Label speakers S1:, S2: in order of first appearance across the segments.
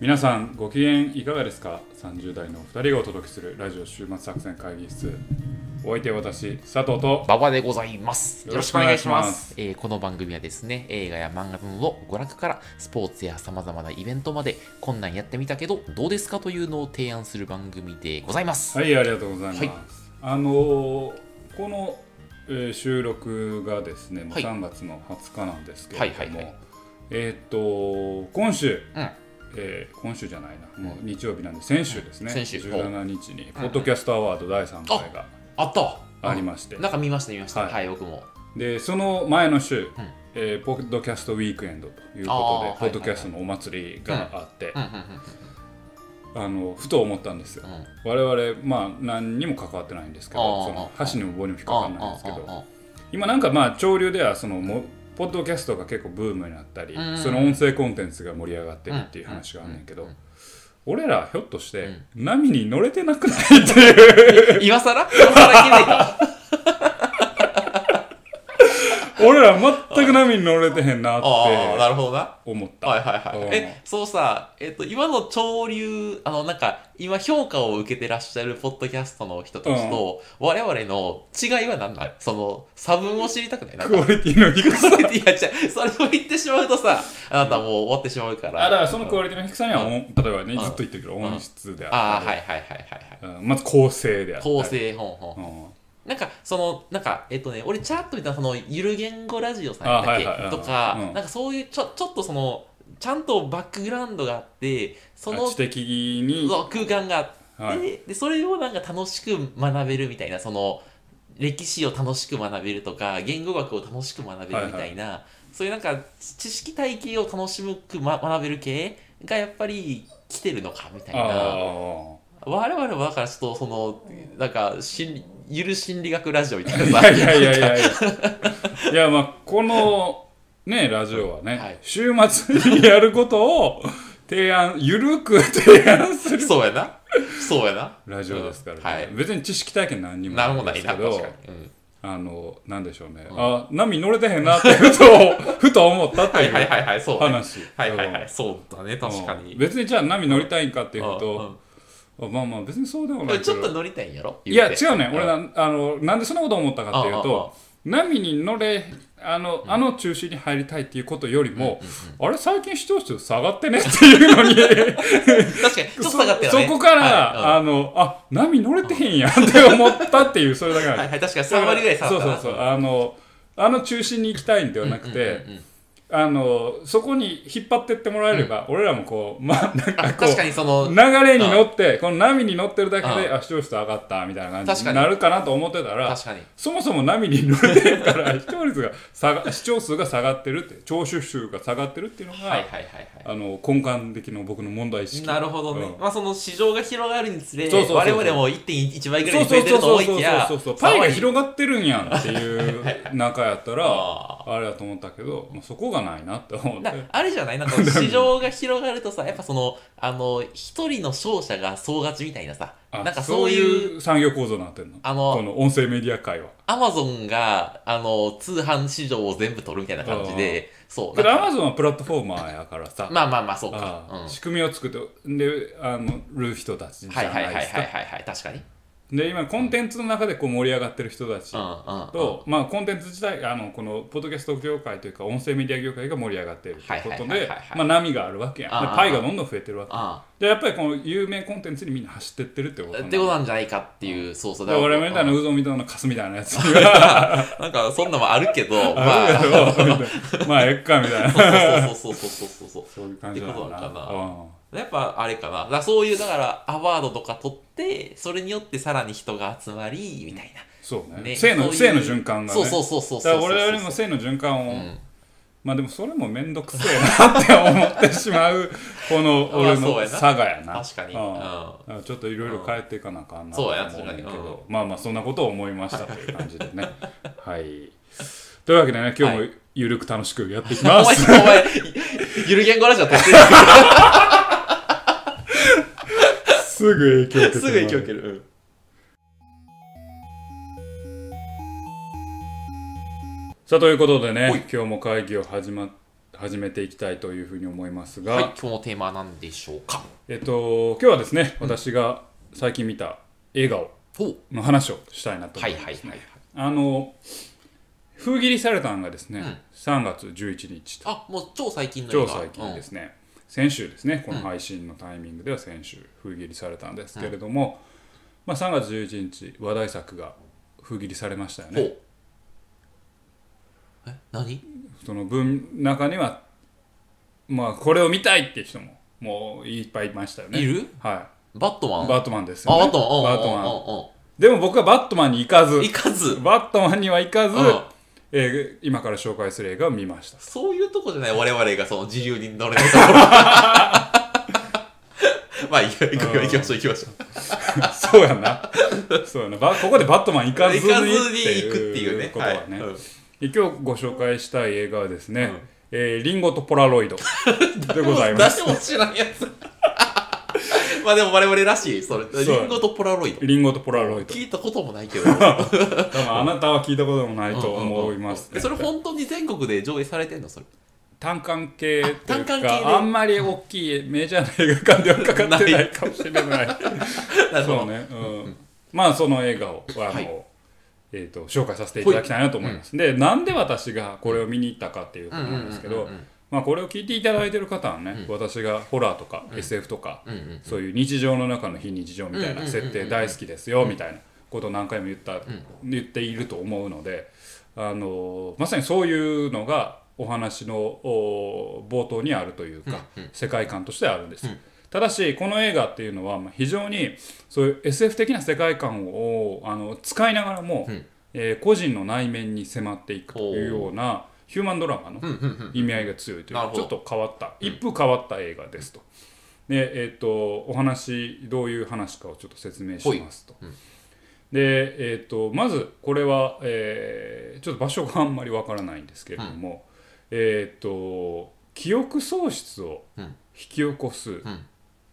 S1: 皆さんご機嫌いかがですか30代の2人がお届けするラジオ週末作戦会議室お相手は私佐藤と
S2: 馬場でございます。
S1: よろ
S2: よろ
S1: しく
S2: しく
S1: お
S2: お
S1: 願
S2: 願
S1: い
S2: い
S1: し
S2: し
S1: ま
S2: ますす。えーこの番組はですね、映画や漫画などの娯楽からスポーツや様々なイベントまで、こんなんやってみたけど、どうですかというのを提案する番組でございます。
S1: はいありがとうございます、
S2: はい
S1: あのーこの、えー収録がですねもう
S2: はい
S1: 3月の20日なんですけれども、
S2: はいはいはい
S1: えーっと今週
S2: うん。
S1: えー今週じゃないな、
S2: ん
S1: もう日曜日なんで先週ですね、
S2: うん先週
S1: 17日にポッドキャストアワード第3回が
S2: あった
S1: ありまして、
S2: なんか見ました、見ました。
S1: は
S2: はいい、僕も。
S1: でその前の週、えーポッドキャストウィークエンドということで
S2: あーはいはいはい
S1: ポッドキャストのお祭りがあって、
S2: うん、うん、
S1: あのふと思ったんですよ、
S2: うん。うん。
S1: 我々まあ何にも関わってないんですけど
S2: あ
S1: そ
S2: ー
S1: の箸にも棒にも引っかかんないんですけど
S2: あ
S1: 今なんかまあ潮流ではそのもポッドキャストが結構ブームになったり、
S2: うん
S1: その音声コンテンツが盛り上がってるっていう話があるんだけど、俺らひょっとして、波に乗れてなくないっていう
S2: あああ今更今更気づい た。
S1: 俺ら全く波に乗れてへんなっ
S2: ああ、な
S1: て
S2: るほどな。
S1: 思った。
S2: はいはいはい。
S1: うん
S2: え、そうさ、えっと、今の潮流、あの、なんか、今評価を受けてらっしゃるポッドキャストの人たちと、我々の違いは何なんその、差分を知りたくないなん
S1: ク
S2: か
S1: オ、リティの低さ。
S2: いや、違う、それを言ってしまうとさ、あなたもう終わってしまうか。
S1: あだかららそのクオリティの低さには、
S2: う
S1: 音例えばね、
S2: うん
S1: ずっと言ってるけど、音質であっ
S2: ああ、
S1: た
S2: は
S1: り
S2: いはいはいはいはい。
S1: うんまず構成であったり。
S2: 構成、ほんほん
S1: う。ん。
S2: なんか、その、なんか、えっとね、俺、チャッと見たその、ゆる言語ラジオさんやったっけ、
S1: あはいはい
S2: とか、
S1: うん
S2: なんかそういう、ちょ、ちょっとその、ちゃんとバックグラウンドがあって、その
S1: あ知的に、
S2: そう空間があって、
S1: はい
S2: でそれをなんか楽しく学べるみたいなその歴史を楽しく学べるとか言語学を楽しく学べるみたいな、そういうなんか知識体系を楽しむく、ま、学べる系がやっぱり来てるのかみたい
S1: あ
S2: な
S1: あ。
S2: 我々はだからちょっとそのなんか心理ゆる心理学ラジオみたいないさ
S1: やいやいやいやいや。いやまあこのねラジオはね、
S2: はい
S1: 週末にやることを提案ゆるく提案する
S2: そうやなそうやな
S1: ラジオですから、ね
S2: うんはい
S1: 別に知識体験何にも
S2: なるも
S1: な
S2: ないい
S1: です
S2: な
S1: けど
S2: 確かに、うん
S1: あのなんでしょうね、あ波乗れてへんなってふとふと思ったって
S2: はいいはいうはいはいそう、ね、
S1: 話
S2: はいはいはいそうだね
S1: うん
S2: 確かに
S1: うん別にじゃあ波乗りたいんかっていう
S2: うんうん
S1: と、まあまあ別にそうでも
S2: こ
S1: ない
S2: れ
S1: け
S2: ち
S1: ど
S2: ょっと乗りたいんやろ
S1: いや
S2: 言
S1: 違
S2: て
S1: うねん俺なあのなんでそんなこと思ったかっていう
S2: あああ
S1: と波に乗れあの,、あの中心に入りたいっていうことよりも、あれ最近視聴数下がってねっていうのに
S2: 確かに、ちょっと下がって
S1: そ こから、
S2: は
S1: あのあ波乗れてへんやんって思ったっていうそれだか
S2: いうん、はい
S1: ら
S2: はい確かに3割ぐらい下が
S1: そ
S2: っ
S1: う
S2: た
S1: そ
S2: な。
S1: うそうあのあの中心に行きたいんではなくて、
S2: うんうんうん
S1: あのそこに引っ張ってってもらえれば、俺らもこうまあなんか
S2: あ
S1: こう
S2: 確かにその、
S1: 流れに乗ってこの波に乗ってるだけで
S2: う
S1: あ視聴数上がったみたいな感じ
S2: 確
S1: に
S2: かに
S1: なるかなと思ってたら
S2: 確かに。
S1: そもそも波に乗れてるから 視聴率が下が視聴数が下がってるって聴取数が下がってるっていうのが、
S2: はいはいはいはい。
S1: あの根幹的な僕の問題意識
S2: なるほどね。
S1: うん
S2: まあその市場が広がるにつれ、
S1: そうそうそうそう
S2: 我々も1.1倍ぐらい
S1: そうそう
S2: に増えて
S1: そう
S2: ると
S1: そう
S2: 思い
S1: そう
S2: きや、
S1: そうそうパイが
S2: が
S1: 広がってるんやんっていう中やったら
S2: あ
S1: あれだと思ったけど、まあ、そこがないなって思って
S2: なあれじゃないなんか市場が広がるとさ、やっぱその、あの、一人の勝者が総勝ちみたいなさ、
S1: あ
S2: なんかそういう、
S1: う産業構造になってるの
S2: あの
S1: この音声メディア界は
S2: アマゾンが、あの、通販市場を全部取るみたいな感じで、そう。
S1: けど
S2: な
S1: ア
S2: んか
S1: マゾンはプラットフォーマーやからさ
S2: まあまあまあ、そうか。
S1: ああ
S2: うん
S1: 仕組みを作ってであのる人たちじゃ
S2: はいはい
S1: な
S2: はいい
S1: で
S2: はい
S1: すか
S2: はいはい、確かに。
S1: で今コンテンツの中でこう盛り上がってる人たち
S2: うんうん、
S1: と、まあ、コンテンツ自体あのこのポッドキャスト業界というか音声メディア業界が盛り上がっているということ
S2: はいはい
S1: で
S2: はいはい
S1: まあ波があるわけやん
S2: あ
S1: で
S2: あ
S1: パイがどんどん増えてるわけ
S2: あ
S1: でやっぱりこの有名コンテンツにみんな走ってってるってこと
S2: あ
S1: なん
S2: っ
S1: だ
S2: てことなんじゃないかっていう、そうそう
S1: で我々みたいな
S2: うん
S1: うぞみたいなカスみたいなやつ が
S2: なんかそんなもんあるけどま
S1: あるや
S2: あ
S1: ろみたいなまあえっかみたいな
S2: そうそうそうそうそうそう
S1: そういう感じな
S2: って
S1: の
S2: こと
S1: かな
S2: なのかやっぱあれかなだからそういうだからアワードとか取ってそれによってさらに人が集まりみたい
S1: そう
S2: な、
S1: ね
S2: ね、
S1: 性の
S2: そうい
S1: 性
S2: う
S1: の循環がね
S2: そうそうそうそう
S1: だ
S2: そう
S1: から
S2: そう
S1: 我々も性の循環を、
S2: ん
S1: まあでもそれも面倒くせえなって思ってしまうこの
S2: まあ
S1: 俺
S2: そう
S1: の
S2: やな
S1: 差がやな
S2: 確かに
S1: うん
S2: うん
S1: だからちょっといろいろ変えていかなあかんな
S2: そうやな
S1: と思んだけど
S2: 確かに
S1: まあまあそんなことを思いましたという感じで ねはいというわけでね今日もゆるく楽しくやっていき
S2: お
S1: ま
S2: 前
S1: す、
S2: お前ゆる言語ラジオ撮ってる
S1: すぐ影響を受けて
S2: すぐ影響受ける、うん
S1: さあということで
S2: ほい
S1: ね今日も会議を始ま始めていきたいというふうに思いますが、
S2: はい、今日のテーマは何でしょうか
S1: えっと今日はですね、私が最近見た映画を
S2: ほう
S1: の話をしたいなと
S2: は
S1: 思い
S2: い
S1: ます、
S2: はいはいはい
S1: あの封切りされたのがですね、
S2: うん
S1: 3月11日と
S2: あもう超最近の映
S1: 超
S2: 画
S1: 最近ですね、先週ですねこの配信のタイミングでは先週封切りされたんですけれども、まあ、3月11日話題作が封切りされましたよ
S2: うんほ
S1: ね
S2: うえ何
S1: その分中にはまあこれを見たいって人ももういっぱいいましたよね
S2: いる
S1: は
S2: バットマ
S1: い
S2: ン
S1: バットマンですよ、
S2: あ
S1: ね、
S2: バットマン
S1: バットマン
S2: ン
S1: でも僕はバットマンに行かず
S2: いかず
S1: バットマンには行かず、
S2: うん
S1: えー今から紹介する映画を見ました
S2: そういうとこじゃない我々がその自由に乗れる ところまあいいよ
S1: うん
S2: 行きましょう行きましょう
S1: そうやな。そうやな。ばここでバットマン行かずに
S2: 行かずに行くっていうね
S1: ことはね。
S2: はいうん
S1: 今日ご紹介したい映画はですね、
S2: うん
S1: えーリンゴとポラロ イドでございます。
S2: 誰も知らんやつ まあでも我々らしいそれ
S1: そう
S2: リンゴとポラロイド
S1: リンゴとポラロイド。
S2: 聞いた こともないけどう
S1: 多
S2: ん
S1: 分あなたは聞いたこともないと思います、
S2: えそれ本当に全国で上映されてんのそれ
S1: 単館系という
S2: あ単
S1: か
S2: 館系で
S1: あんまり大きいメジャーな映画館ではかかってないかもしれない
S2: なるほど
S1: そうね、うんまあその映画をあの、
S2: はい
S1: えー、と紹介させていただきたいなと思います、でなんで私がこれを見に行ったかっていうことなんですけど、
S2: うんうんうんうん
S1: まあ、これを聞いていただいてる方はね、私がホラーとか SF とか、
S2: うんうん
S1: そういう日常の中の非日常みたいな設定大好きですよみたいなことを何回も言った、言っていると思うのであのまさにそういうのがお話のお冒頭にあるというか、世界観としてあるんです。ただしこの映画っていうのはまあ非常にそういう SF 的な世界観をあの使いながらも、
S2: うん
S1: えー個人の内面に迫っていくというようなヒューマンドラマの
S2: うんうんうん
S1: 意味合いが強いとい
S2: なる
S1: う
S2: ほ
S1: ち
S2: ど
S1: ょっと変わった一風変わった映画ですと。でえっとお話どういう話かをちょっと説明しますと。
S2: ほいうん
S1: でえっとまずこれは、えーちょっと場所があんまりわからないんですけれども、えっと記憶喪失を
S2: うん
S1: 引き起こす
S2: ん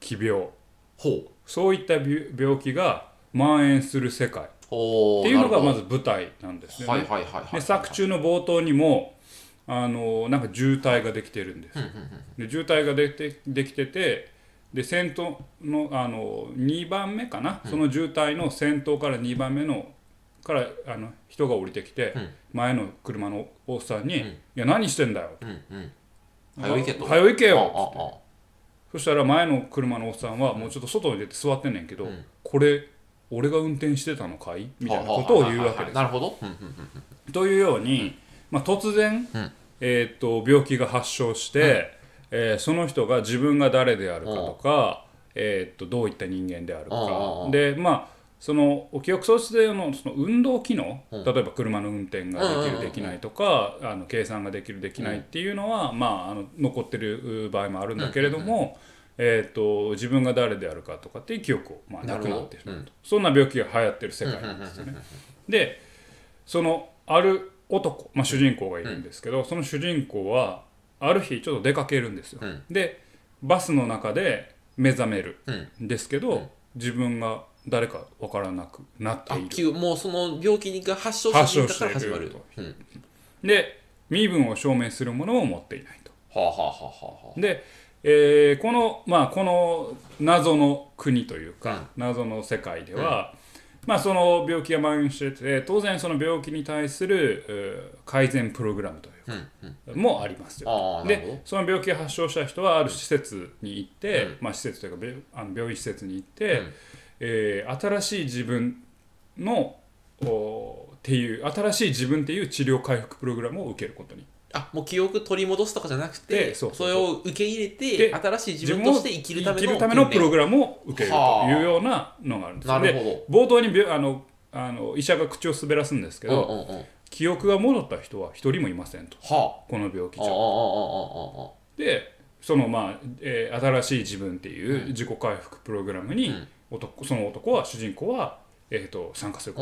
S1: 奇病
S2: ほう
S1: そういった病病気が蔓延する世界っ
S2: ほう
S1: ていうのがま
S2: ず
S1: ず舞台なんですよね。
S2: はいはいはいはい
S1: で作中の冒頭にもあのなんか渋滞ができてるんです、で渋滞ができてできててで先頭のあの2番目かな、その渋滞の先頭から2番目のからあの人が降りてきて、
S2: うん
S1: 前の車のおっさんに「
S2: うん
S1: いや何してんだよ」
S2: うんうん早いけと
S1: 早よ行けよ」
S2: あああ
S1: そしたら前の車のおっさんはもうちょっと外に出て座ってんねんけど、
S2: うん
S1: これ俺が運転してたのかいみたいなことを言うわけです
S2: なるほど。うんうん
S1: というように、まあ、突然、
S2: うん
S1: えーっと病気が発症して、えーその人が自分が誰であるかとか、えーっとどういった人間であるか、
S2: うんうんうん
S1: でまあその記憶喪失でのその運動機能、
S2: うん
S1: 例えば車の運転が
S2: う
S1: でき
S2: んうんうんう
S1: るで
S2: ん
S1: きないとか、あの計算ができるできないっていうのは、まあ、あの残ってる場合もあるんだけれども、えーっと自分が誰であるかとかっていう記憶を、まあ、なくなってしまうと、
S2: なるほどうん
S1: そんな病気が流行ってる世界なんですよね。でそのある男、まあ、主人公がいるんですけど、その主人公はある日ちょっと出かけるんですよ、
S2: うん
S1: でバスの中で目覚める
S2: うんうん
S1: んですけど、自分が誰か分からなくなって
S2: あ
S1: いる
S2: 急もうその病気が発症した瞬間から
S1: 発
S2: 始
S1: 症
S2: ま
S1: している
S2: る。うん
S1: で身分を証明するものを持っていないと
S2: はあはあはあはあはあ。
S1: で、えーこのまあこの謎の国というか、謎の世界では、まあその病気が蔓延してて当然その病気に対するうー改善プログラムというか
S2: うんうん。
S1: もありますよ
S2: ああなるほ
S1: でその病気を発症した人はある施設に行って、
S2: うん
S1: まあ、施設というか病あの病院施設に行って、
S2: うん
S1: えー新しい自分のおーっていう新しい自分っていう治療回復プログラムを受けることに
S2: ど。あもう記憶取り戻すとかじゃなく
S1: で
S2: て、
S1: そうそ
S2: そ
S1: う
S2: れを受け入れて
S1: で
S2: 新しい自分として生きるため
S1: 生
S2: の
S1: きるためのプロ
S2: グ
S1: グラムを受けるというようなのがあるんです、
S2: なる
S1: で
S2: ほ
S1: 冒頭に病あのあの医者が口を滑らすんですけ
S2: ど。
S1: ど、
S2: うんうんうん。は
S1: 記憶が戻った人は一人もいませんと
S2: あ。
S1: この病気じ
S2: あああ
S1: ゃ
S2: あああああ。
S1: でそのまあ、えー新しい自分っていう自己回復プログラムに
S2: うん
S1: 男、その男は主人公は、えー、と参加するこ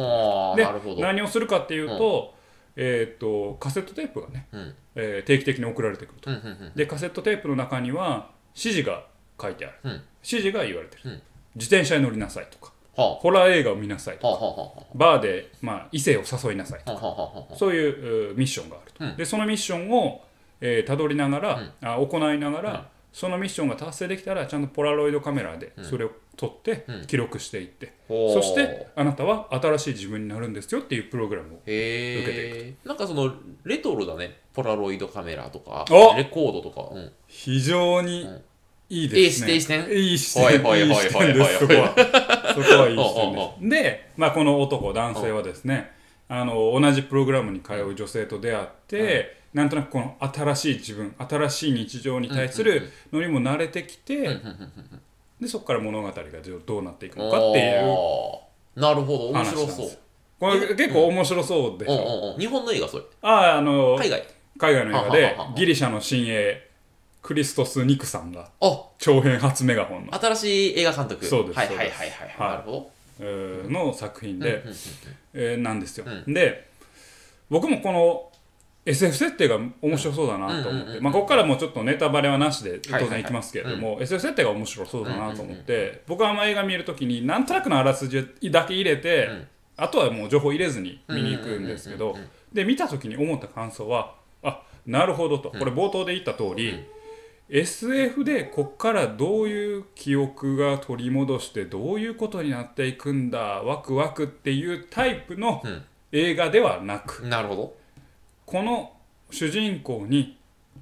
S1: と
S2: ああ
S1: で
S2: なるほど。
S1: 何をするかっていうと,、えー、とカセットテープがね、
S2: うんうん
S1: えー定期的に送られてくると、
S2: うんうん。
S1: でカセットテープの中には指示が書いてある、
S2: うん
S1: 指示が言われてる、
S2: うん
S1: 自転車に乗りなさいとか
S2: は
S1: ホラー映画を見なさいと
S2: あ
S1: か
S2: はあはあは
S1: バーで、まあ、異性を誘いなさいとか
S2: あはあはあはあはあ。
S1: そういううミッションがあると、
S2: うん
S1: でそのミッションを、えー、たどりながら、
S2: うん
S1: あ行いながら、
S2: うん
S1: そのミッションが達成できたらちゃんとポラロイドカメラで
S2: うん
S1: それを撮って
S2: うん
S1: 記録していって、
S2: ほう
S1: そしてあなたは新しい自分になるんですよっていうプログラムを受け
S2: へえなんかそのレトロだねポラロイドカメラとか
S1: お
S2: レコードとか、うん、
S1: 非常に
S2: うん
S1: いいですね。
S2: いい視点いい視
S1: いい視
S2: は
S1: 点。
S2: いはいはい
S1: い
S2: はい
S1: 視点です。そこは。そこはいい視点
S2: おう
S1: です。で、まあ、この男、男性はですね、あの、同じプログラムに通う女性と出会って、なんとなくこの新しい自分、新しい日常に対す
S2: うんうん
S1: るのにも慣れてき
S2: うん
S1: て、
S2: うんうんうん
S1: で、そこから物語がどうなっていくのかっていう
S2: あーなるほど面
S1: 話な
S2: 白
S1: んです
S2: そう
S1: よ。これ結構面白そうでし
S2: うん
S1: ょ。
S2: うんうん日本の映画それ
S1: ああ、あの、
S2: 海外
S1: 海外の映画
S2: は
S1: で
S2: ははは、
S1: ギリシャの新鋭、クリストス・ニクさんが、
S2: あ
S1: 長編初メガホンの
S2: 新しい映画監督
S1: そうです
S2: はいは
S1: そ
S2: い
S1: う
S2: はい
S1: で
S2: はい、
S1: はい
S2: なるほ
S1: えーの作品
S2: ど
S1: で、
S2: うんうん
S1: えーなんですよ、
S2: う
S1: で僕もこの SF 設定が面白そうだなと
S2: うんうん
S1: 思っ
S2: うんうんう
S1: て
S2: ん
S1: まあここからもうちょっとネタバレはなしで当
S2: はいは
S1: 然
S2: い
S1: いきますけれども、SF 設定が面白そうだなと思って、
S2: う
S1: 僕はあんま映画見るときになんとなくのあらすじだけ入れて、
S2: うん
S1: あとはもう情報入れずに
S2: うん
S1: 見に行くんですけ
S2: うん
S1: ど
S2: うんうん
S1: で見たときに思った感想はあなるほどとこれ冒頭で言った通り、
S2: うん
S1: SF でこっからどういう記憶が取り戻してどういうことになっていくんだワクワクっていうタイプの
S2: うん
S1: 映画ではなく、
S2: うんなるほど
S1: この主人公に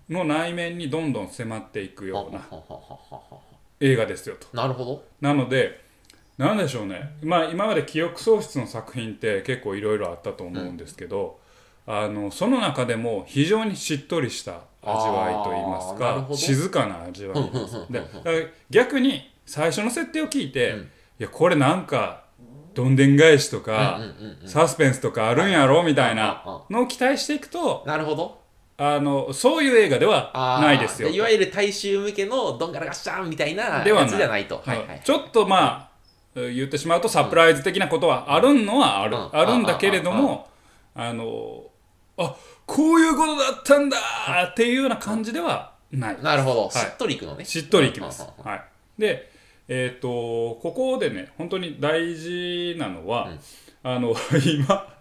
S1: の内面にどんどん迫っていくよう
S2: は
S1: な
S2: ははははは
S1: 映画ですよと。
S2: なるほど
S1: なのでなんでしょうね、まあ、今まで記憶喪失の作品って結構いろいろあったと思うんですけど、あのその中でも非常にしっとりした味わいといいます
S2: あーな
S1: か
S2: るほど
S1: 静かな味わいです
S2: うんうんうんうん
S1: でだから逆に最初の設定を聞いて、
S2: うん
S1: いやこれなんかどんでん返しと
S2: うんう
S1: か、
S2: んうんうん
S1: サスペンスとかあるんやろみたい
S2: うんうん
S1: なのを期待していくと
S2: なるほど
S1: あのそういう映画では
S2: あー
S1: ないですよ。
S2: いわゆる大衆向けのどんがらがっしゃーみたいな
S1: ではな
S2: や
S1: い
S2: つじゃないとはいはい
S1: ちょっとまあ言ってしまうとサプライズ的なことはあるのはある、
S2: うん
S1: あるんだけれどもあのあこういうことだったんだっていうような感じではない
S2: なるほど、
S1: い
S2: しっとりいくのね
S1: しっとりいきます
S2: うんうん、うん
S1: はい、でえっ、とここでね本当に大事なのは、
S2: うん
S1: あの 今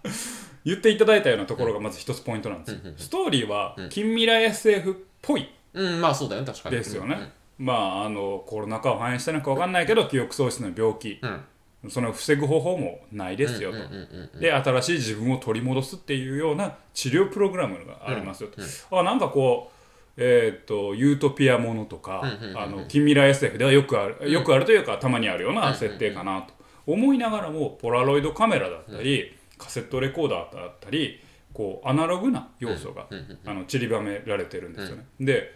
S1: 言っていただいたようなところがまず一つポイントなんですよ、
S2: うんうんうん
S1: ストーリーは
S2: うん
S1: 近未来 SF っぽい
S2: うんまあそうだよね確かに
S1: ですよね、まああのコロナ禍を反映したのか分かんないけど記憶喪失の病気
S2: うんうん
S1: その防ぐ方法もないですよと、
S2: うんうんうんうん
S1: で新しい自分を取り戻すっていうような治療プログラムがありますよと、あなんかこうえー、とユートピアものとか、
S2: うんうんうんうん
S1: あの近未来 SF ではよくある、よくあるというかたまにあるような設定かなと思いながらもポラロイドカメラだったり、カセットレコーダーだったりこうアナログな要素が、
S2: うんうん
S1: あの散りばめられてるんですよね。で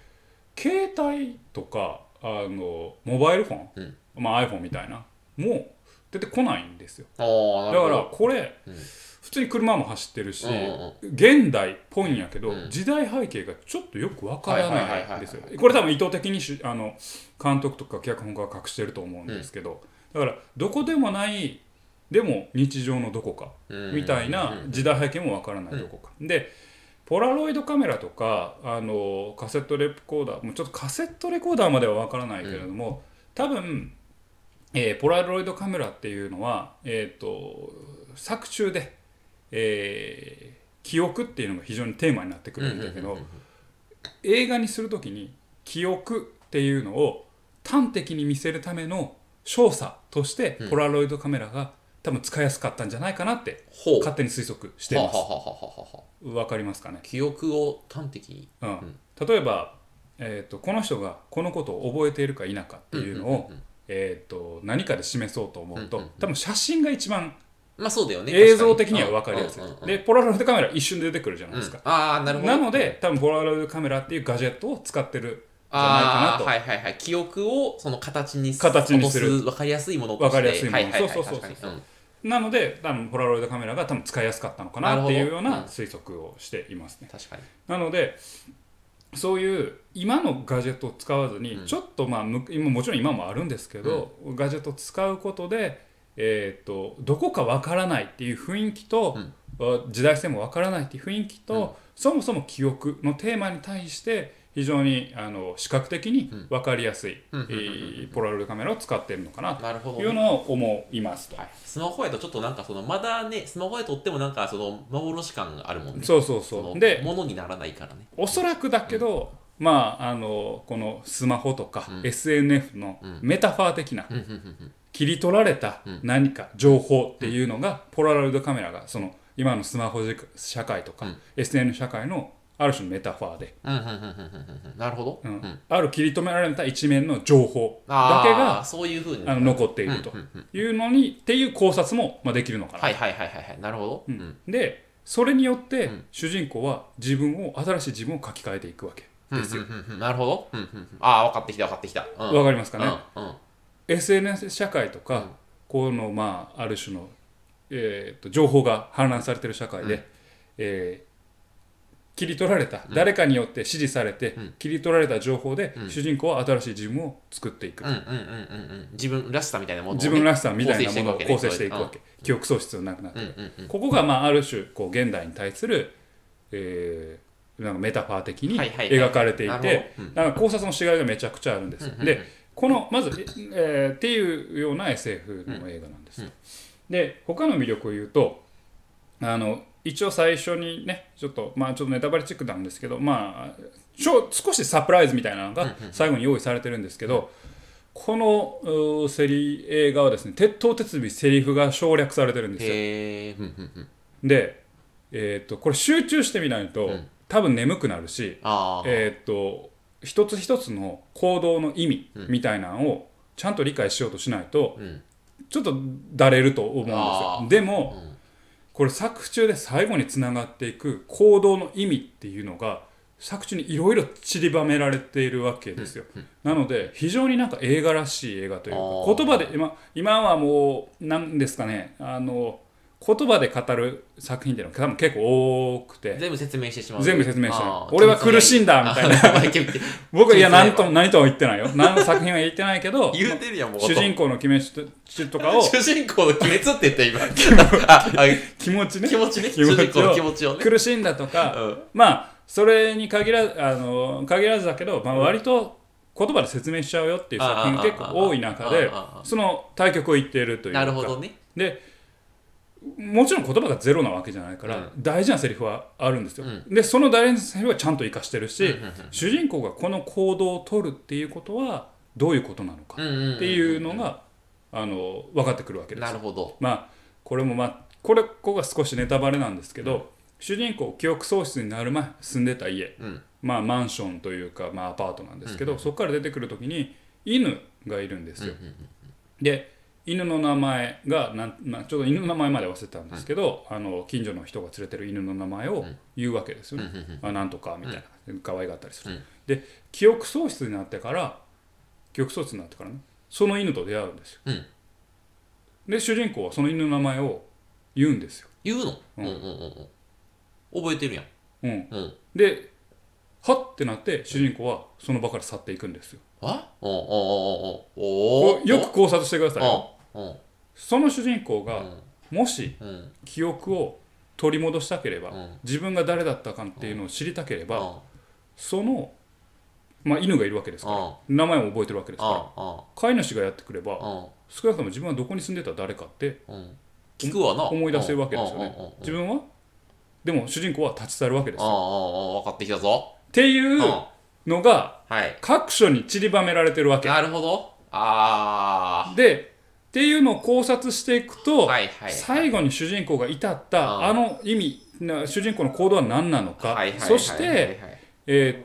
S1: 携帯とかあのモバイルフォン、
S2: うん
S1: まあ、iPhone みたいなもう出てこないんですよ。
S2: あ
S1: だ
S2: ーな
S1: か
S2: るほ
S1: ら
S2: ど
S1: これ、
S2: うん
S1: 普通に車も走ってるし、
S2: うんうん
S1: 現代っぽいんやけど、
S2: うん
S1: 時代背景がちょっとよくわから
S2: はいはいはい
S1: な
S2: はいい
S1: んですよ。これ多分意図的にしあの監督とか脚本家が隠してると思うんですけど、だからどこでもないでも日常のどこか
S2: うん
S1: みたいな時代背景もわからないどこか、でポラロイドカメラとかあのカセットレコーダーもうちょっとカセットレコーダーまではわからないけれども、多分、えーポラロイドカメラっていうのは、えー、と作中で、えー記憶っていうのが非常にテーマになってくるんだけど、
S2: うんうんうんうん
S1: 映画にする時に記憶っていうのを端的に見せるための少佐として
S2: うん
S1: ポラロイドカメラが多分使いやすかったんじゃないかなって
S2: ほう
S1: 勝手に推測してい
S2: は
S1: ま
S2: は
S1: す。
S2: ははははは
S1: わかりますかね、
S2: 記憶を端的に
S1: うん
S2: ん
S1: 例えば、えー、とこの人がこのことを覚えているか否かっていうのを、
S2: んんん
S1: えー、と何かで示そうと思うと、
S2: うんうんうん
S1: 多分写真が一番
S2: まあそうだよね
S1: 映像的には分かりやすい。で
S2: で
S1: ポラロイドカメラ一瞬で出てくるじゃないですか。
S2: ああなるほど
S1: なので多分ポラロイドカメラっていうガジェットを使ってるじゃないかな
S2: あ
S1: と
S2: あはいはいはい記憶をその形に
S1: 形にする
S2: 落と分かりやすいもの
S1: 分
S2: として
S1: かりやすいもの
S2: はいはいはい
S1: そうそうそう
S2: 確かにん
S1: なので多分ポラロイドカメラが多分使いやすかったのかなっていうよう
S2: なる
S1: な
S2: ほ
S1: 推測をしていますね。
S2: 確かに
S1: なのでそういう今のガジェットを使わずに、
S2: うん
S1: ちょっとまあむ今もちろん今もあるんですけど、ガジェットを使うことで、えー、とどこかわからないっていう雰囲気と、時代性もわからないっていう雰囲気と、そもそも記憶のテーマに対して非常にあの視覚的に分かりやすい、
S2: うんうん
S1: えーポラロイドカメラを使ってるのかなと
S2: なるほど
S1: い、うのを思いますと。
S2: はい、スマホやとちょっとなんかそのまだねスマホやとってもなんかその幻感があるもんね
S1: そうそう
S2: そ
S1: そう
S2: の
S1: で
S2: ものにならないからね
S1: おそらくだけど、まああのこのスマホとか
S2: うん
S1: SNF の
S2: うん
S1: メタファー的な
S2: うんうんうん
S1: 切り取られた
S2: うん
S1: 何か情報っていうのがポラロイドカメラがその今のスマホ社会とか
S2: うん
S1: SN 社会のある種のメタファーで、
S2: うんうんうんうんうんうんうんなるほど、
S1: うん
S2: うん
S1: ある切り止められた一面の情報だ
S2: あ
S1: け
S2: ー
S1: が
S2: そういうふうに
S1: あの残っている
S2: うんうんうん
S1: というのにっていう考察もまあできるのかな
S2: はいはいはいはいはいなるほど、
S1: う
S2: うんん
S1: でそれによって
S2: うん
S1: 主人公は自分を新しい自分を書き換えていくわけですよ。
S2: うんうんうんうんなるほど、うんうんうん、ああ分かってきた分かってきた、うん、
S1: わ、かりますかね、
S2: うんうん
S1: SNS 社会とか、
S2: うん
S1: このまあある種の、えーと情報が氾濫されてる社会で、
S2: うん
S1: えー切り取られた、誰かによって指示されて、
S2: うん
S1: 切り取られた情報で、
S2: うん
S1: 主人公は新しい自分を作っていく、
S2: うんうんうんうんうん自分らしさみたいなものをね
S1: 自分らしさみたいなものを構
S2: 構
S1: 成
S2: 成
S1: し
S2: してて
S1: いく
S2: いく
S1: わ
S2: わ
S1: け
S2: け、
S1: 記憶喪失のなくなって
S2: う
S1: る
S2: んうんうん
S1: ここがまあある種こう現代に対する、えーなんかメタファー的に
S2: はいはいはい
S1: 描かれてい
S2: なる
S1: て
S2: ほどうん
S1: なんか考察のしがいがめちゃくちゃあるんですよ。
S2: うんうんうん
S1: でこのまず、えーっていうような SF の映画なんです。
S2: うんうん
S1: で他の魅力を言うとあの一応最初にねちょっとまあちょっとネタバレチックなんですけどまあちょ少しサプライズみたいなの
S2: うん
S1: が
S2: うんうん
S1: 最後に用意されてるんですけどこのうーセリ映画はですね鉄頭鉄尾セリフが省略されてるんですよ。
S2: へえ、うんうんうん、
S1: で、えー、とこれ集中してみないと、
S2: うん
S1: 多分眠くなるし、
S2: ああ、
S1: えー、と一つ一つの行動の意味
S2: うん
S1: みたいなのをちゃんと理解しようとしないと
S2: うん
S1: ちょっとだれると思うんです
S2: あ
S1: よ
S2: ー
S1: で
S2: う
S1: も
S2: ん、
S1: これ作中で最後につながっていく行動の意味っていうのが作中にいろいろ散りばめられているわけですよ、なので非常になんか映画らしい映画という
S2: あ
S1: か
S2: ー
S1: 言葉で今今はもう何ですかねあの言葉で語る作品っていうのが多分結構多くて
S2: 全部説明してしまう
S1: 全部説明して
S2: あー
S1: 俺は苦しんだみたいな
S2: あー言って
S1: 僕はいや
S2: そうそう
S1: 何とも何とも言ってないよ何の作品は言ってないけど
S2: 言うてるやんもう
S1: 主人公の決め手と かを
S2: 主人公の鬼滅って言った 今ああ
S1: 気持ちね
S2: 気持ちね
S1: 気持
S2: 主
S1: ちを
S2: 人公の気持ちをね
S1: 苦しんだとか
S2: うん
S1: まあそれに限らずあの限らずだけど、まあ、割と言葉で説明しちゃうよっていう作品が結構多い中で
S2: ああああああ
S1: その対局を言っているというか
S2: なるほどね
S1: でもちろん言葉がゼロなわけじゃないから、大事なセリフはあるんですよ、
S2: う
S1: でその大事なセリフはちゃんと生かしてるし、
S2: うんうんうん
S1: 主人公がこの行動を取るっていうことはどういうことなのか
S2: っ
S1: っていうのが、あの分かってくるわけです
S2: な
S1: よ
S2: るほど
S1: まあこれもまあこれここが少しネタバレなんですけど、主人公記憶喪失になる前住んでた家、
S2: うん
S1: まあマンションというか、まあ、アパートなんですけど、そこから出てくる時に犬がいるんですよ、で犬の名前がなん、まあ、ちょっと犬の名前まで忘れてたんですけど、あの近所の人が連れてる犬の名前を言うわけですよね、あなんとかみたいな可愛がったりする、
S2: うん
S1: で記憶喪失になってから記憶喪失になってからねその犬と出会うんですよ、
S2: うん
S1: で主人公はその犬の名前を言うんですよ、
S2: 言うの
S1: う
S2: うんんうんうんうん覚えてるやん
S1: うん、
S2: うん
S1: ではってなって主人公はその場から去っていくんですよ
S2: あおおおおお
S1: こう
S2: お
S1: よく考察してくださいよ
S2: おお
S1: その主人公が
S2: ん
S1: もし
S2: うん
S1: 記憶を取り戻したければ
S2: うん
S1: 自分が誰だったかっていうのを知りたけれ
S2: うん
S1: ばそのまあ犬がいるわけですから名前も覚えてるわけですから
S2: う
S1: 飼い主がやってくれば
S2: ん
S1: 少なくとも自分はどこに住んでた誰かって
S2: うんうん聞くわな
S1: 思い出せるわけですよ
S2: うんうんうん
S1: ね
S2: うん
S1: 自分はでも主人公は立ち去るわけです
S2: ああ
S1: よ
S2: ああ分かってきたぞ
S1: っていううんのが
S2: はい
S1: 各所に散りばめられてるわけ
S2: なるほどあ
S1: でっていうのを考察していく
S2: あ
S1: と
S2: はいはい
S1: 最後に主人公が至った
S2: あ
S1: あの意味な主人公の行動は何なのか
S2: はいはいはいはいは
S1: そ
S2: い
S1: してえっ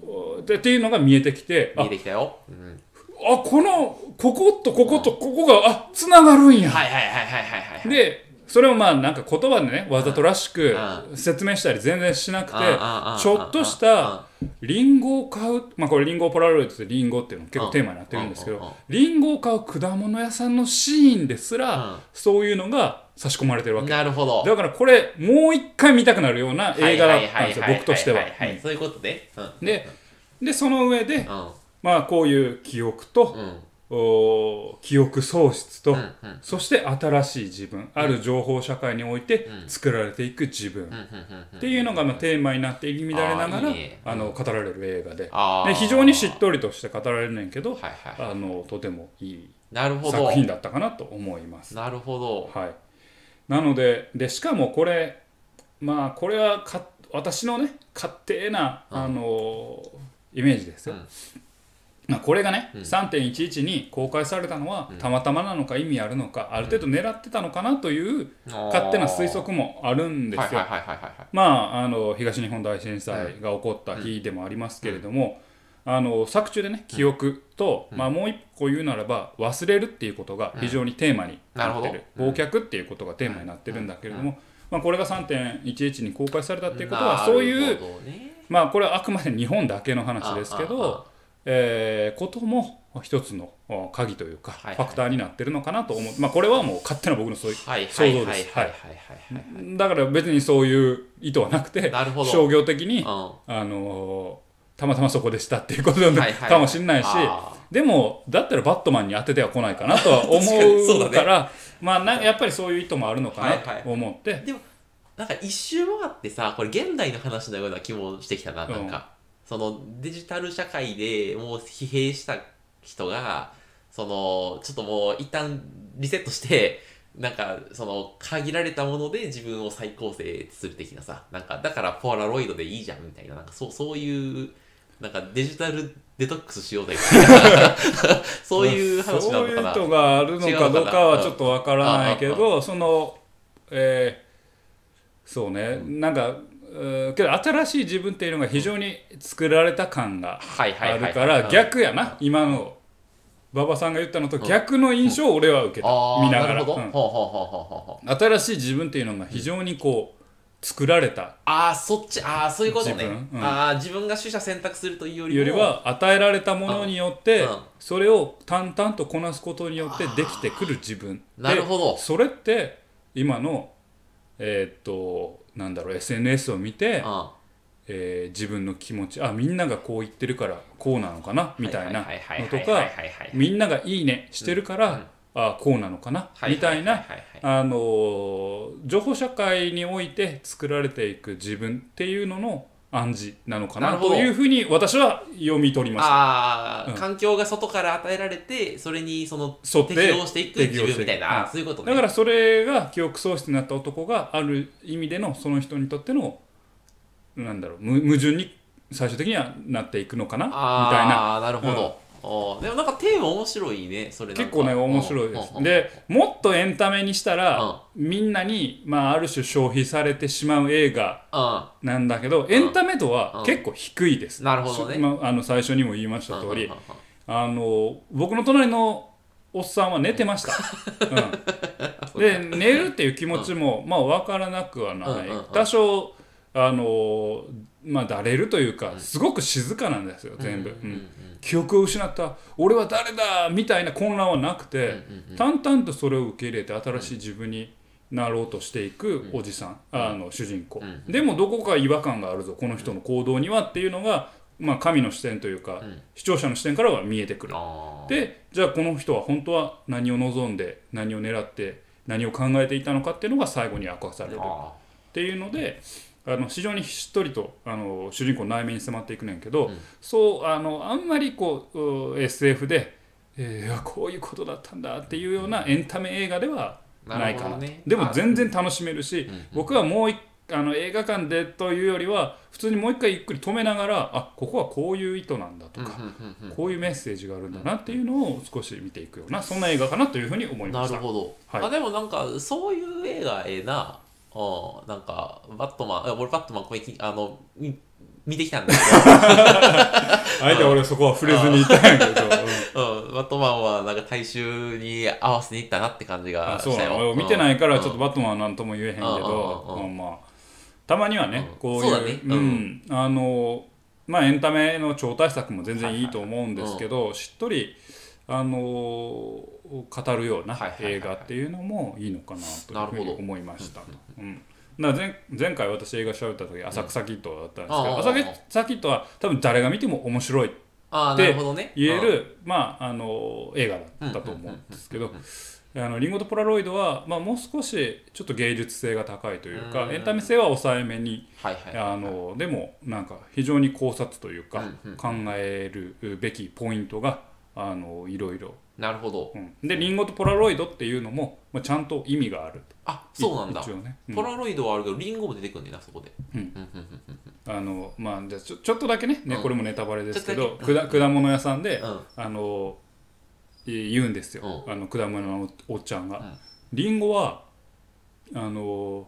S1: とでっていうのが見えてきて
S2: 見
S1: あ
S2: えてきたようん
S1: あこのこことこことここがあつながるんや
S2: はいはいはいはいはいはい
S1: でそれをまあなんか言葉でねわざとらしく
S2: う
S1: 説明したり全然しなくて
S2: ああああ
S1: ちょっとし
S2: あ
S1: たリンゴを買うまあこれリンゴポラロイドってリンゴっていうの結構テーマになってるんですけ
S2: うんうんうん
S1: どリンゴを買う果物屋さんのシーンです
S2: うん
S1: らそういうのが差し込まれてるわけ
S2: なるほど
S1: だからこれもう一回見たくなるような映画だったんですよ僕としては。
S2: いいいいいそういうことね。うん
S1: ででその上で
S2: うん
S1: まあこういう記憶と
S2: うん
S1: お記憶喪失と、
S2: うんうんうん
S1: そして新しい自分、ある情報社会において
S2: うん
S1: 作られていく自分、
S2: うん
S1: っ
S2: うんうん
S1: ていうのがまあテーマになって入り乱れながら
S2: あ
S1: あ
S2: ーいいね
S1: の語られる映画で
S2: あー
S1: で非常にしっとりとして語られるねんけど、
S2: はいはいはい
S1: あのとてもいい
S2: なるほど
S1: 作品だったかなと思います。
S2: なるほど
S1: はい、なのででしかもこれまあこれはか私のね勝手な、
S2: うん
S1: あのイメージですよ。
S2: うん
S1: まあ、これがね、
S2: うん
S1: 3.11に公開されたのは
S2: うん
S1: たまたまなのか意味あるのか、ある程度狙ってたのかなという勝
S2: 勝
S1: 手な推測もあるんですよ。
S2: はいはいはいはいはいはい
S1: まあ、あの東日本大震災が起こった日でもありますけれども、あの作中でね記憶と、
S2: うん
S1: まあ、もう一個言うならば忘れるっていうことが非常にテーマになって
S2: なる
S1: る,、
S2: ほどうん
S1: 忘却っていうことがテーマになってるんだけれども、
S2: うん
S1: まあ、これが3.11に公開されたっていうこと
S2: な
S1: は
S2: る
S1: そ
S2: ほ
S1: ういう、
S2: どね
S1: まあ、これはあくまで日本だけの話ですけ
S2: ああああ
S1: ど。えーことも一つのあ鍵というか、
S2: はいはい
S1: ファクターになってるのかなと思う、まあ、これはもう勝手な僕のそういう
S2: はいは
S1: 想
S2: い
S1: 像
S2: はいは
S1: で
S2: いはい
S1: す
S2: はいはい
S1: だから別にそういう意図はなくて
S2: なるほど
S1: 商業的に、
S2: うん
S1: あのーたまたまそこでしたっていうことなの
S2: はいはい
S1: かもしれないし、
S2: あ
S1: でもだったらバットマンに当てては来ないかなと は思
S2: 確かにそう
S1: う
S2: だね
S1: からまあなやっぱりそういう意図もあるのかな
S2: はいはい
S1: と思って、
S2: なんか一周回ってさこれ現代の話のような気もしてきたななんか、そのデジタル社会でもう疲弊した人がそのちょっともう一旦リセットしてなんかその限られたもので自分を再構成する的なさなんかだからポラロイドでいいじゃんみたいななんかそうそういうなんかデジタルデトックスしよ うぜみたいなそういう話な
S1: そう
S2: の
S1: い
S2: か
S1: う
S2: な。
S1: 意図があるのかどうかはちょっとわからないけ
S2: 違うの
S1: ど、そのえーそうね、なんかうーけど新しい自分っていうのが非常に作られた感が
S2: はいはい
S1: あ
S2: はいは
S1: る
S2: い、
S1: から逆やな今の馬場さんが言ったのと逆の印象を俺は受けた
S2: あー
S1: 見なが
S2: る
S1: ら
S2: ほど、
S1: うん
S2: ほうほうほうほうほうほう
S1: 新しい自分っていうのが非常にこう作られた
S2: ああそっちああそういうことね
S1: 自分うん
S2: ああ自分が取捨選択するというよりも
S1: よりは与えられたものによって
S2: うんうん
S1: それを淡々とこなすことによってできてくる自分
S2: あーなるほど
S1: でそれって今のえーっとなんだろう SNS を見て、えー自分の気持ちあみんながこう言ってるからこうなのかなみたいなのとかみんなが「いいね」してるから、あこうなのかな、みたいな、あのー情報社会において作られていく自分っていうのの暗示なのか
S2: な
S1: な
S2: るほど
S1: というふうに私は読み取りました。
S2: ああ、
S1: うん
S2: 環境が外から与えられてそれにその
S1: 沿って
S2: 適応していく自分みたいなあ
S1: 適応していく
S2: ーそういうことね
S1: だからそれが記憶喪失になった男がある意味でのその人にとってのなんだろうむ矛盾に最終的にはなっていくのかなみたいな
S2: ああーなるほど、おーでもなんかテーマ面白いねそれなん
S1: 結
S2: か
S1: 構ね面白いで
S2: うんうんう
S1: す。
S2: ん
S1: でもっとエンタメにしたらみんなに、まあ、ある種消費されてしまう映画
S2: うん
S1: なんだけどエンタメ度
S2: うん
S1: は結構低いです。
S2: なるほどね
S1: しまあの最初にも言いました通
S2: う
S1: り
S2: んうんうんうん
S1: あの僕の隣のおっさんは寝てま した。うん、で寝るっていう気持ちも、まあ分からなくはない、
S2: うんうんうん
S1: 多少あのまあだれるというかすごく静かなんですよ全部、
S2: うんうんうん
S1: うん記憶を失った俺は誰だみたいな混乱はなくて、淡々とそれを受け入れて新しい自分になろうとしていくおじさん、あの主人公、
S2: うん
S1: でもどこか違和感があるぞこの人の行動にはっていうのが、まあ、神の視点というか、
S2: うん
S1: 視聴者の視点からは見えてくる。
S2: あー
S1: でじゃあこの人は本当は何を望んで何を狙って何を考えていたのかっていうのが最後に明かされるっ
S2: あ
S1: ていうのであの非常にしっとりとあの主人公の内面に迫っていくねんけ
S2: ー
S1: ど、
S2: うん
S1: そうあのあんまりこうう SF で、えーあこういうことだったんだっていうようなエンタメ映画ではないかな
S2: なるほどね
S1: でも全然楽しめるし、
S2: うんうん
S1: 僕はもう一あの映画館でというよりは普通にもう一回ゆっくり止めながらあここはこういう意図なんだとか、
S2: うんうんうんうん
S1: こういうメッセージがあるんだなっていうのを少し見ていくようなそんな映画かなというふうに思いま
S2: な
S1: し
S2: る
S1: た。
S2: ほど、
S1: はい
S2: あでもなんかそういう映画ええなうんなんかバットマンあ俺バットマンこれきあのみ見てきたん だけ
S1: あえて俺そこは触れずにいたんやけど、うん
S2: ど、うん、バットマンはなんか大衆に合わせにいったなって感じが
S1: あ
S2: し
S1: そう
S2: た
S1: な
S2: よ
S1: の俺見てないからちょっと
S2: と
S1: バットマンは何とも言えへんけ
S2: うん
S1: ど
S2: うんう
S1: まあまあたまにはね
S2: うん
S1: こう
S2: そうだ
S1: い
S2: ね
S1: ううんあのまあエンタメの超大作も全然いいと思うんですけどしっとりあの語るような
S2: はいはいはいはい
S1: 映画っていうのもいいのかなというふうに
S2: なるほど
S1: 思いましたと。うんだから前前回私映画調べた時「浅草キッド」だったんですけ
S2: うんああ
S1: ど浅草キッドは多分誰が見ても面白い
S2: ああなるほどね
S1: 言え
S2: うん
S1: る、まあ、あの映画だったと思うんですけど「あのリンゴとポラロイドは」まあ、もう少しちょっと芸術性が高いというか
S2: うん
S1: エンタメ性は抑えめに
S2: はいはい
S1: あのでもなんか非常に考察というか
S2: うんうん
S1: 考えるべきポイントがあのいろいろ、
S2: なるほど
S1: うん、で「リンゴとポラロイド」っていうのも、まあ、ちゃんと意味がある
S2: あそうなんだ
S1: 一応ね、うん
S2: ポラロイドはあるけどリンゴも出てくるんだよなそこで
S1: うん
S2: うんうんうん
S1: あのまあじゃあちょちょっとだけねね、
S2: うん
S1: これもネタバレですけ
S2: ちょっ
S1: ど
S2: とだ
S1: 果
S2: け
S1: 果物屋さんで、
S2: うん
S1: あのい言うんですよ、
S2: う
S1: あの果物のおおっちゃんが、
S2: うん
S1: りん、リンゴはあの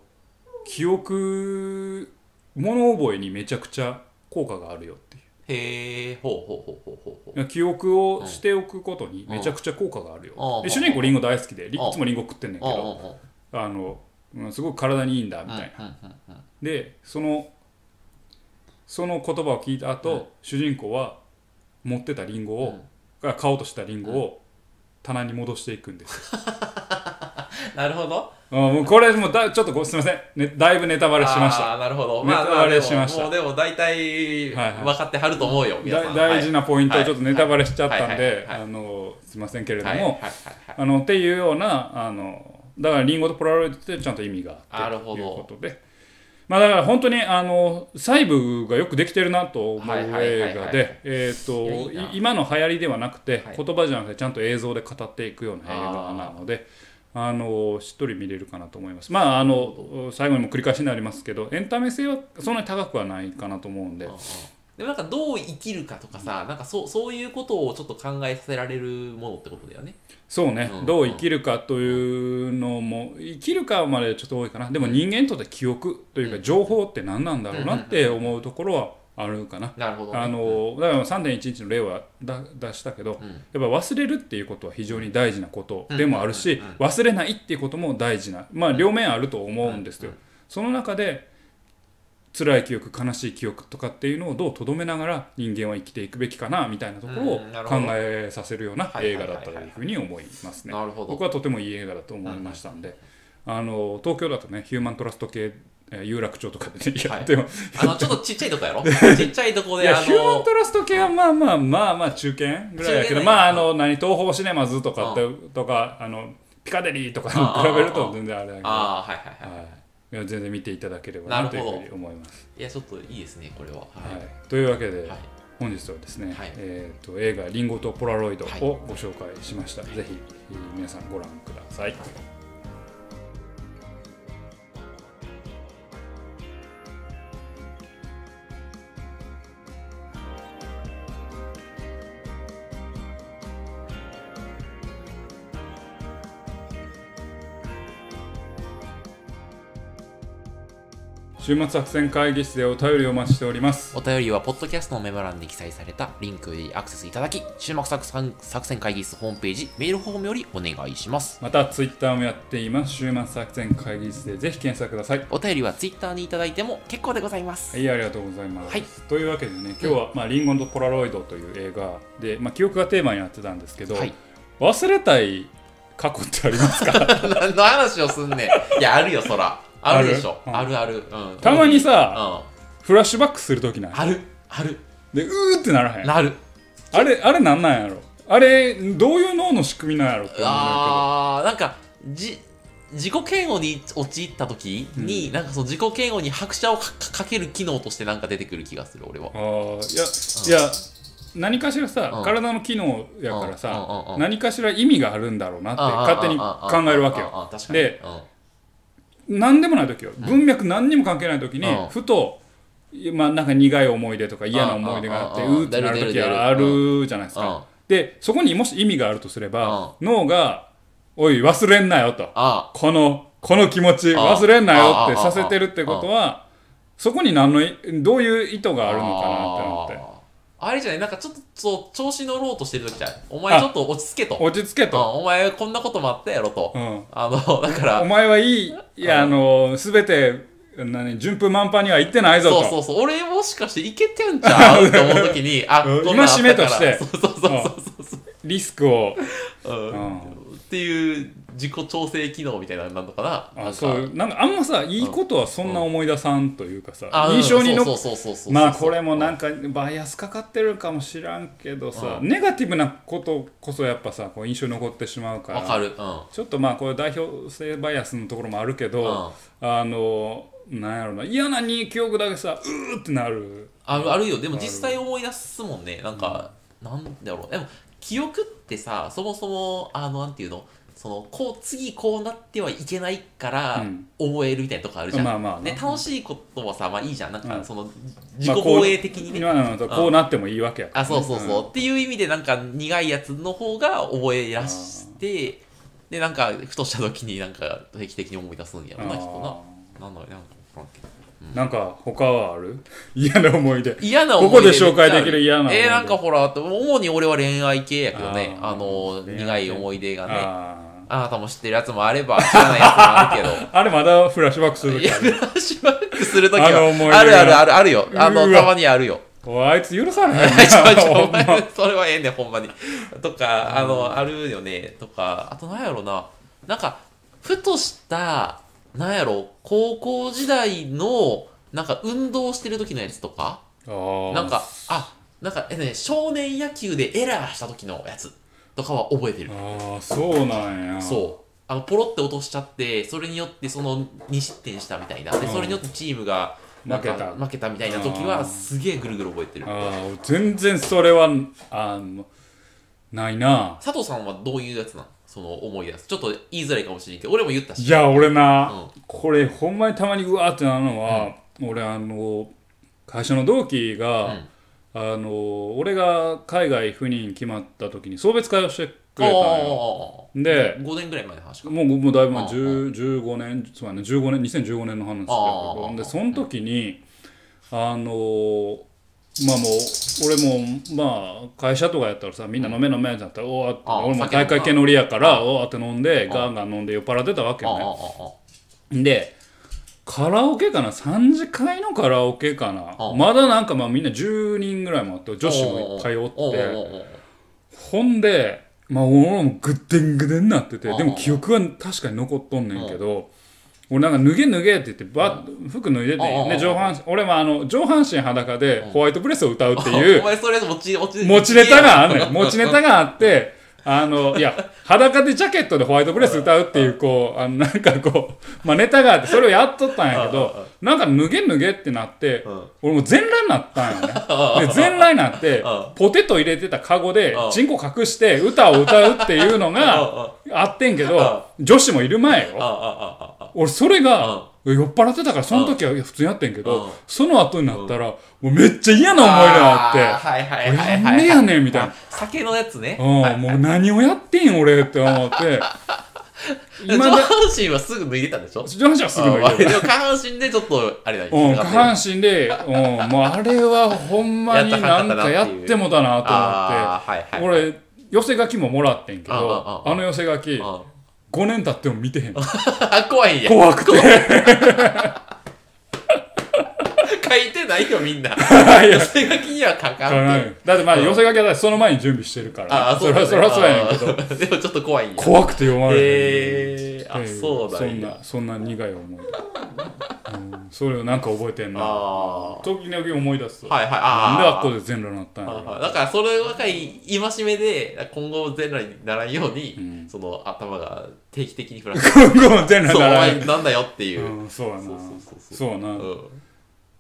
S1: 記憶物覚えにめちゃくちゃ効果があるよっていう
S2: へえほうほうほうほうほうほう
S1: いや記憶をしておくことにめちゃくちゃ効果があるよ、
S2: うん
S1: で主人公りんご大好きでりい
S2: うん
S1: つもりんご食ってんねんけ
S2: あ
S1: ど、あのうんすごく体にいいんだみ
S2: あああ
S1: たいな、
S2: うんうんうんうん
S1: でそのその言葉を聞いた後、
S2: うん
S1: 主人公は持ってたリンゴを、が買おうとしたリンゴを棚に戻していくんです、
S2: なるほど
S1: あもうこれもうだちょっとごすみません、ね、だいぶネタバレしました
S2: あーなるほど。
S1: ネタバレしました
S2: あ、でももうでも大体分
S1: はいはい
S2: かってはると思うよ、皆さ
S1: だ
S2: ん。
S1: 大事なポイント
S2: は
S1: を
S2: い
S1: ちょっとネタバレしちゃったん
S2: はいはい
S1: で
S2: はいはい
S1: あのすみませんけれども、
S2: はいはいはいはいはい
S1: あのっていうようなあのだからリンゴとポラロイドってちゃんと意味があ
S2: な
S1: って
S2: る
S1: と
S2: ほど
S1: いうことで、まあ、だから本当にあの細部がよくできてるなと思う
S2: はいはいはい
S1: 映
S2: は
S1: 画
S2: い
S1: でえー
S2: いやい
S1: と
S2: いない
S1: 今の流行りではなくて、
S2: はい
S1: 言葉じゃなくてちゃんと映像で語っていくような映画なので。あのしっとり見れるかなと思います。まああの最後にも繰り返しになりますけど、エンタメ性はそんなに高くはないかなと思うんで、
S2: うんうんでもなんかどう生きるかとかさ、なんかそうそういうことをちょっと考えさせられるものってことだよね。
S1: そうね、
S2: うん
S1: どう生きるかというのも生きるかまでちょっと多いかなでも人間にとって記憶という
S2: う
S1: か
S2: ん
S1: 情報って何なんだろうなって思うところはあるかな。
S2: なるほど、ね。
S1: あのだから3.11の例はだ出したけどやっ
S2: うん、うん
S1: ぱ忘れるっていうことは非常に大事なこと
S2: うん
S1: でもある
S2: う
S1: し
S2: んうん
S1: 忘れないっていうことも大事なまあ両面あると思うんですよ
S2: うん。
S1: その中で辛い記憶悲しい記憶とかっていうのをどうとどめながら人間は生きていくべきかなみたいなところを
S2: うんなるほ
S1: 考
S2: ど
S1: えさせるような
S2: はいは
S1: 映画
S2: いはいはい
S1: だったというふうに思いますね。
S2: なるほど
S1: 僕。はとてもいい映画だと思いましたんで、あの東京だとねヒューマントラスト系、えー有楽町とかで、ね
S2: はい
S1: やっても
S2: あの、ちょっとちっちゃいとこ やろちっちゃいとこ
S1: い
S2: で、あ
S1: やヒューマン
S2: の、
S1: トラスト系はまあまあまあまあ中堅ぐらいだけ
S2: 中堅
S1: ど
S2: ね
S1: まああの何東宝シネマズとかってとかあのピカデリーとか
S2: あ
S1: に
S2: あ
S1: 比べると全然あれだけど、は
S2: ああ、はいは
S1: い
S2: いはい
S1: いや、全然見ていただければなとい
S2: な
S1: う
S2: るほ
S1: ふ
S2: ど
S1: うに思います。。
S2: いや、ちょっといいですね、これは。は。
S1: はい
S2: はい
S1: い、というわけで、
S2: はい
S1: 本日はですね、
S2: はい
S1: えー、と映画「リンゴとポラロイド」
S2: はい
S1: をご紹介しました、ぜひえー皆さんご覧ください週末作戦会議室でお便りをお待ちしております
S2: お便りは、ポッドキャストのメモ欄に記載されたリンクよりアクセスいただき、注目作戦作戦会議室ホームページ、メールフォームよりお願いします。
S1: またツイッターもやっています週末作戦会議室でぜひ検索ください
S2: お便りはツイッターにいただいても結構でございます。
S1: は、い、ありがとうございます。
S2: はい
S1: というわけでね、今日は、まあ、リンゴとポラロイドという映画で、まあ、記憶がテーマになってたんですけど、
S2: はい
S1: 忘れたい過去ってあり ますか
S2: 何の話をすんねん。いや、あるよ、そら。あるでしょ。
S1: あるうん
S2: あるある。うん、
S1: たまにさ、
S2: さ、
S1: フラッシュバックするときな
S2: うんん、ある、ある、
S1: で、うーってならへん。
S2: なる。
S1: あれ、あれなんなんやろあれ、どういう脳の仕組みなんやろって思うんだ
S2: あー、なんか、じ、自己嫌悪に陥った時に、なんかその自己嫌悪に拍車をかかかける機能としてなんか出てくる気がする、俺は
S1: け。ど。あーいや、いや、何かしらさ、
S2: うん
S1: 体の機能やから
S2: うんうんうんう
S1: さ、
S2: ん
S1: 何かしら意味があるんだろうなって
S2: あー
S1: 勝手に考えるわけ。
S2: あー
S1: よ。
S2: あーあーあー確かに。
S1: で
S2: うん
S1: 何でもない時よ文脈何にも関係ない時に
S2: うん
S1: ふと、まあ、なんか苦い思い出とか嫌な思い出があって
S2: うんうんうん
S1: うーってなる時があ
S2: 出る出る出
S1: るじゃないです
S2: うん
S1: か。でそこにもし意味があるとすれば脳が「おい忘れんなよ」と
S2: あ
S1: 「このこの気持ち
S2: ん
S1: 忘れんなよ」っ
S2: うん
S1: てさせてるってことはそこに何のいどういう意図があるのかなって思って。
S2: あーあれじゃないなんかちょっとそう調子乗ろうとしてる時じゃん。お前ちょっと落ち着けと。
S1: 落ち着け
S2: うん
S1: と。
S2: お前こんなこともあったやろと。
S1: うん
S2: あの、だから
S1: お、前はいい、いや、あの、すべて、何、順風満帆には行ってないぞと。
S2: そうそうそう、俺もしかしていけてんちゃうと思うとき に、あ、
S1: うん
S2: こんなんあったか
S1: 戒め
S2: ら
S1: として
S2: そうそうそうそう
S1: リスクを。
S2: そう、うん
S1: うん
S2: っていう自己調整機能みたいなのなのかななん
S1: あ
S2: か
S1: そうなんかあんまさいいことはそんな思い出さんというかさ、
S2: あうん
S1: 印象に残
S2: そうそうそうそうそう
S1: まあこれもなんかバイアスかかってるかもしらんけどさ、ネガティブなことこそやっぱさこう印象に残ってしまうから
S2: わかるうん
S1: ちょっとまあこれ代表性バイアスのところもあるけど、あのなんやろな嫌なに記憶だけさうーってなる
S2: あるあるよでも実際思い出すもんねなんか、なんだろうでも記憶ってさそもそもあのなんていうのそのこう次こうなってはいけないから
S1: うん
S2: 覚えるみたいなとこあるじゃん、
S1: まあまあな
S2: ね、楽しいことはさまあいいじゃんなん
S1: う
S2: か
S1: ん
S2: その自己防衛的にね、
S1: まあこう今のとこうなってもいいわけやから
S2: あ
S1: ね、
S2: そうそうそう、
S1: ん
S2: っていう意味でなんか苦いやつの方が覚えやしてでなんかふとした時になんか定期的に思い出すんやろなきっとななんだろうねなんかわからんけ
S1: あー
S2: ど
S1: なんか他はある 嫌な思い出
S2: 嫌な思い出
S1: ここで紹介できる嫌な思い出
S2: えー、なんかほら主に俺は恋愛系やけどね
S1: あ
S2: あ
S1: ー
S2: の
S1: 恋愛系
S2: 苦い思い出がねあ
S1: あ
S2: なたも知ってるやつもあれば知らないやつもあるけど
S1: ーあれまだフラッシュバッ クする
S2: い
S1: 時
S2: や
S1: あ
S2: フ
S1: る
S2: ラッシュバックするとき
S1: あの思い出
S2: は
S1: が
S2: あるあるあるあるよあの
S1: うわ
S2: たまにあ るよ
S1: おいあいつ許され へん
S2: ちょちょ
S1: な
S2: お前それはええねんほんまにとかあのあるよねとかあとなんやろななんかふとしたなんやろ高校時代のなんか運動してる時のやつとか
S1: ほんま
S2: なんか、あ、なんか、えね、少年野球でエラーした時のやつとかは覚えて
S1: あ
S2: る。
S1: ーあーそうなんや
S2: そう。あの、ポロって落としちゃって、それによってその2失点したみたいな。で、
S1: うん
S2: それによってチームが、なんか
S1: 負けた
S2: 負けたみたいな時
S1: あー
S2: は、すげえぐるぐる覚えてる。
S1: ああ全然それはあのないな
S2: 佐藤さんはどういうやつなんその思い出す。ちょっと言いづらいかもしれんけど、俺も言ったし。
S1: いや俺な、
S2: う
S1: これほんまにたまにうわーってなるのは、俺あの会社の同期が、あの俺が海外赴任決まった時に送別会をしてくれたのよ
S2: おー
S1: で
S2: 5年ぐらい前の話か。
S1: もうもうだいぶ前
S2: うん
S1: 10 15年つまりね15年2015年の話ですけ
S2: あ
S1: ど
S2: あ
S1: でその時にあのーまあもう俺もまあ会社とかやったらさみんな飲め飲めってなったらおーって
S2: ああ
S1: 俺も
S2: 酒飲
S1: 大
S2: む
S1: 会系のりやからおーって飲んで
S2: あ
S1: ガンガン飲んで酔っ払ってたわけ
S2: あああ
S1: よ
S2: あ
S1: ねでカラオケかな3次会のカラオケか
S2: あ
S1: な
S2: あ
S1: まだなんかまあみんな10人ぐらいもあって女子もいっぱいおって。ほんで、まあ、俺もぐってんぐでんなってて、
S2: ああ
S1: でも記憶は確かに残っとんねんけど、俺なんか脱げ脱げって言って、ば服脱いでて、
S2: ああ
S1: で、上半身、俺もあの、上半身裸でホワイトプレスを歌うって
S2: い。
S1: いう
S2: お
S1: う、
S2: 前それ持ち、持ち、
S1: 持ちネタがあん ねん。持ちネタがあって、あの、いや、裸でジャケットでホワイトプレス歌うっていう、こう、あの、なんかこう、まあネタがあって、それをやっとったんやけ
S2: ああ
S1: ど、なんか脱げ脱げってなって、
S2: うん
S1: 俺もう全裸になった んよね。で全裸になって
S2: うん
S1: ポテト入れてたカゴで
S2: うん
S1: チンコ隠して歌を歌うっていうのが
S2: あ
S1: あってんけど女子もいる前
S2: ああ
S1: よ
S2: あああ
S1: 俺それが酔っ払ってたからその時は普通にやってんけ
S2: うん
S1: どその後になったらもうめっちゃ嫌な思い出があ
S2: ー
S1: って
S2: はいはいはいはい、
S1: なんでやねんみたいな
S2: あ酒のやつね。
S1: うんもう何をやってん俺って思って
S2: 上
S1: 今
S2: 半
S1: で
S2: 身はすぐ脱いでたんでしょ
S1: 上半身はすぐ脱いでる
S2: あでも下半身でちょっと、あれだ
S1: うん、
S2: ね。
S1: 下半身で、うん、もうあれはほんまになんかやってもだなと思って。
S2: ああ、はいはい。うん、
S1: 俺寄せ書きももらってんけ
S2: あ
S1: ど
S2: ああ
S1: あの寄せ書き
S2: あ
S1: 5年経っても見てへん
S2: 怖いんや。
S1: 怖くて
S2: 書いてないよ、みん な。
S1: いや
S2: 寄せ書きには書かん
S1: だ
S2: と。
S1: ってまあ寄せ書きはだってその前に準備してるから
S2: ああ、
S1: ねそ
S2: だ
S1: ら
S2: ね
S1: そらそうやねんけど
S2: あーでもちょっと怖いんや。
S1: 怖くて読まれへん
S2: えー、
S1: っ
S2: あ、
S1: てい
S2: そうだ
S1: そん
S2: ね。
S1: なそんな苦い思い出うんそれをなんか覚えてんな
S2: あ
S1: 時々思い出す
S2: あ。はいはい。
S1: なん
S2: ああ。
S1: であっこで全裸になったんや
S2: はいはい
S1: ろ
S2: だからそれを若い戒めで今後全裸にならんように、
S1: うん
S2: その頭が定期的にフラッシュ
S1: 今後も全
S2: そうお
S1: 裸 になら
S2: 前
S1: ん
S2: なんだよっていう、
S1: うんそうやな
S2: そうそうそう
S1: そうや
S2: う
S1: なん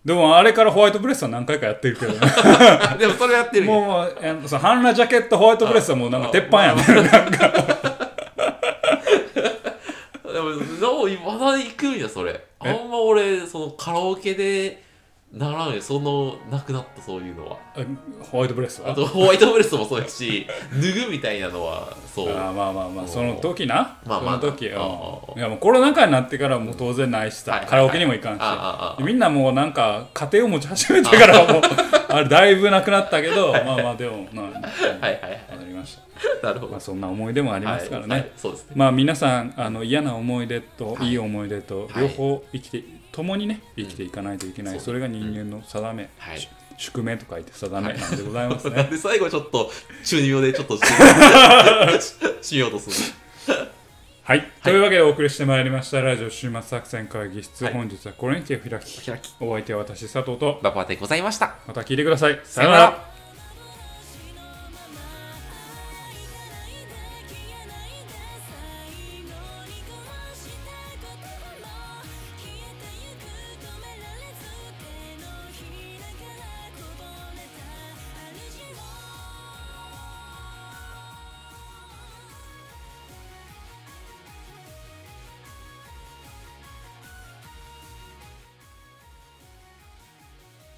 S1: でもあれからホワイトプレスは何回かやってるけどね
S2: あでもそれやってるよ
S1: もうえーそう半裸ジャケットホワイトプレスはもうなんか鉄板やね
S2: でもどうまだ行くんやそれあ
S1: え
S2: んま俺そのカラオケでならんよそのなくなったそういうのは
S1: ホワイトブレスは
S2: あとホワイトブレスもそうやし脱ぐみたいなのはそう
S1: あーまあまあま
S2: う
S1: あ
S2: ん
S1: その時な
S2: まあまあ
S1: その時うん
S2: ああ
S1: いやもうコロナ禍になってからもう当然ないしさ
S2: はいはい
S1: カラオケにも行かんし
S2: ああああ
S1: みんなもうなんか家庭を持ち始めてから もうあれだいぶなくなったけどまあまあでもまあ
S2: はいはいはい
S1: わかりました
S2: なるほど
S1: まあそんな思い出もありますから
S2: は
S1: ね
S2: いそうですね
S1: まあ皆さんあの嫌な思い出といい思い出と
S2: はい
S1: 両方生きて共にね生きていかないといけな
S2: う
S1: い
S2: ん
S1: それが人間の定め
S2: はい
S1: し宿命と書いて定めなんでござい ますね
S2: なんで 最後ちょっと中二病でちょっとししようとするの
S1: はい、というわけでお送りしてまいりましたラジオ週末作戦会議室、
S2: はい
S1: 本日はこれにて開き
S2: 開き
S1: お相手は私佐藤と
S2: ババでございました
S1: また聞いてください
S2: さよなら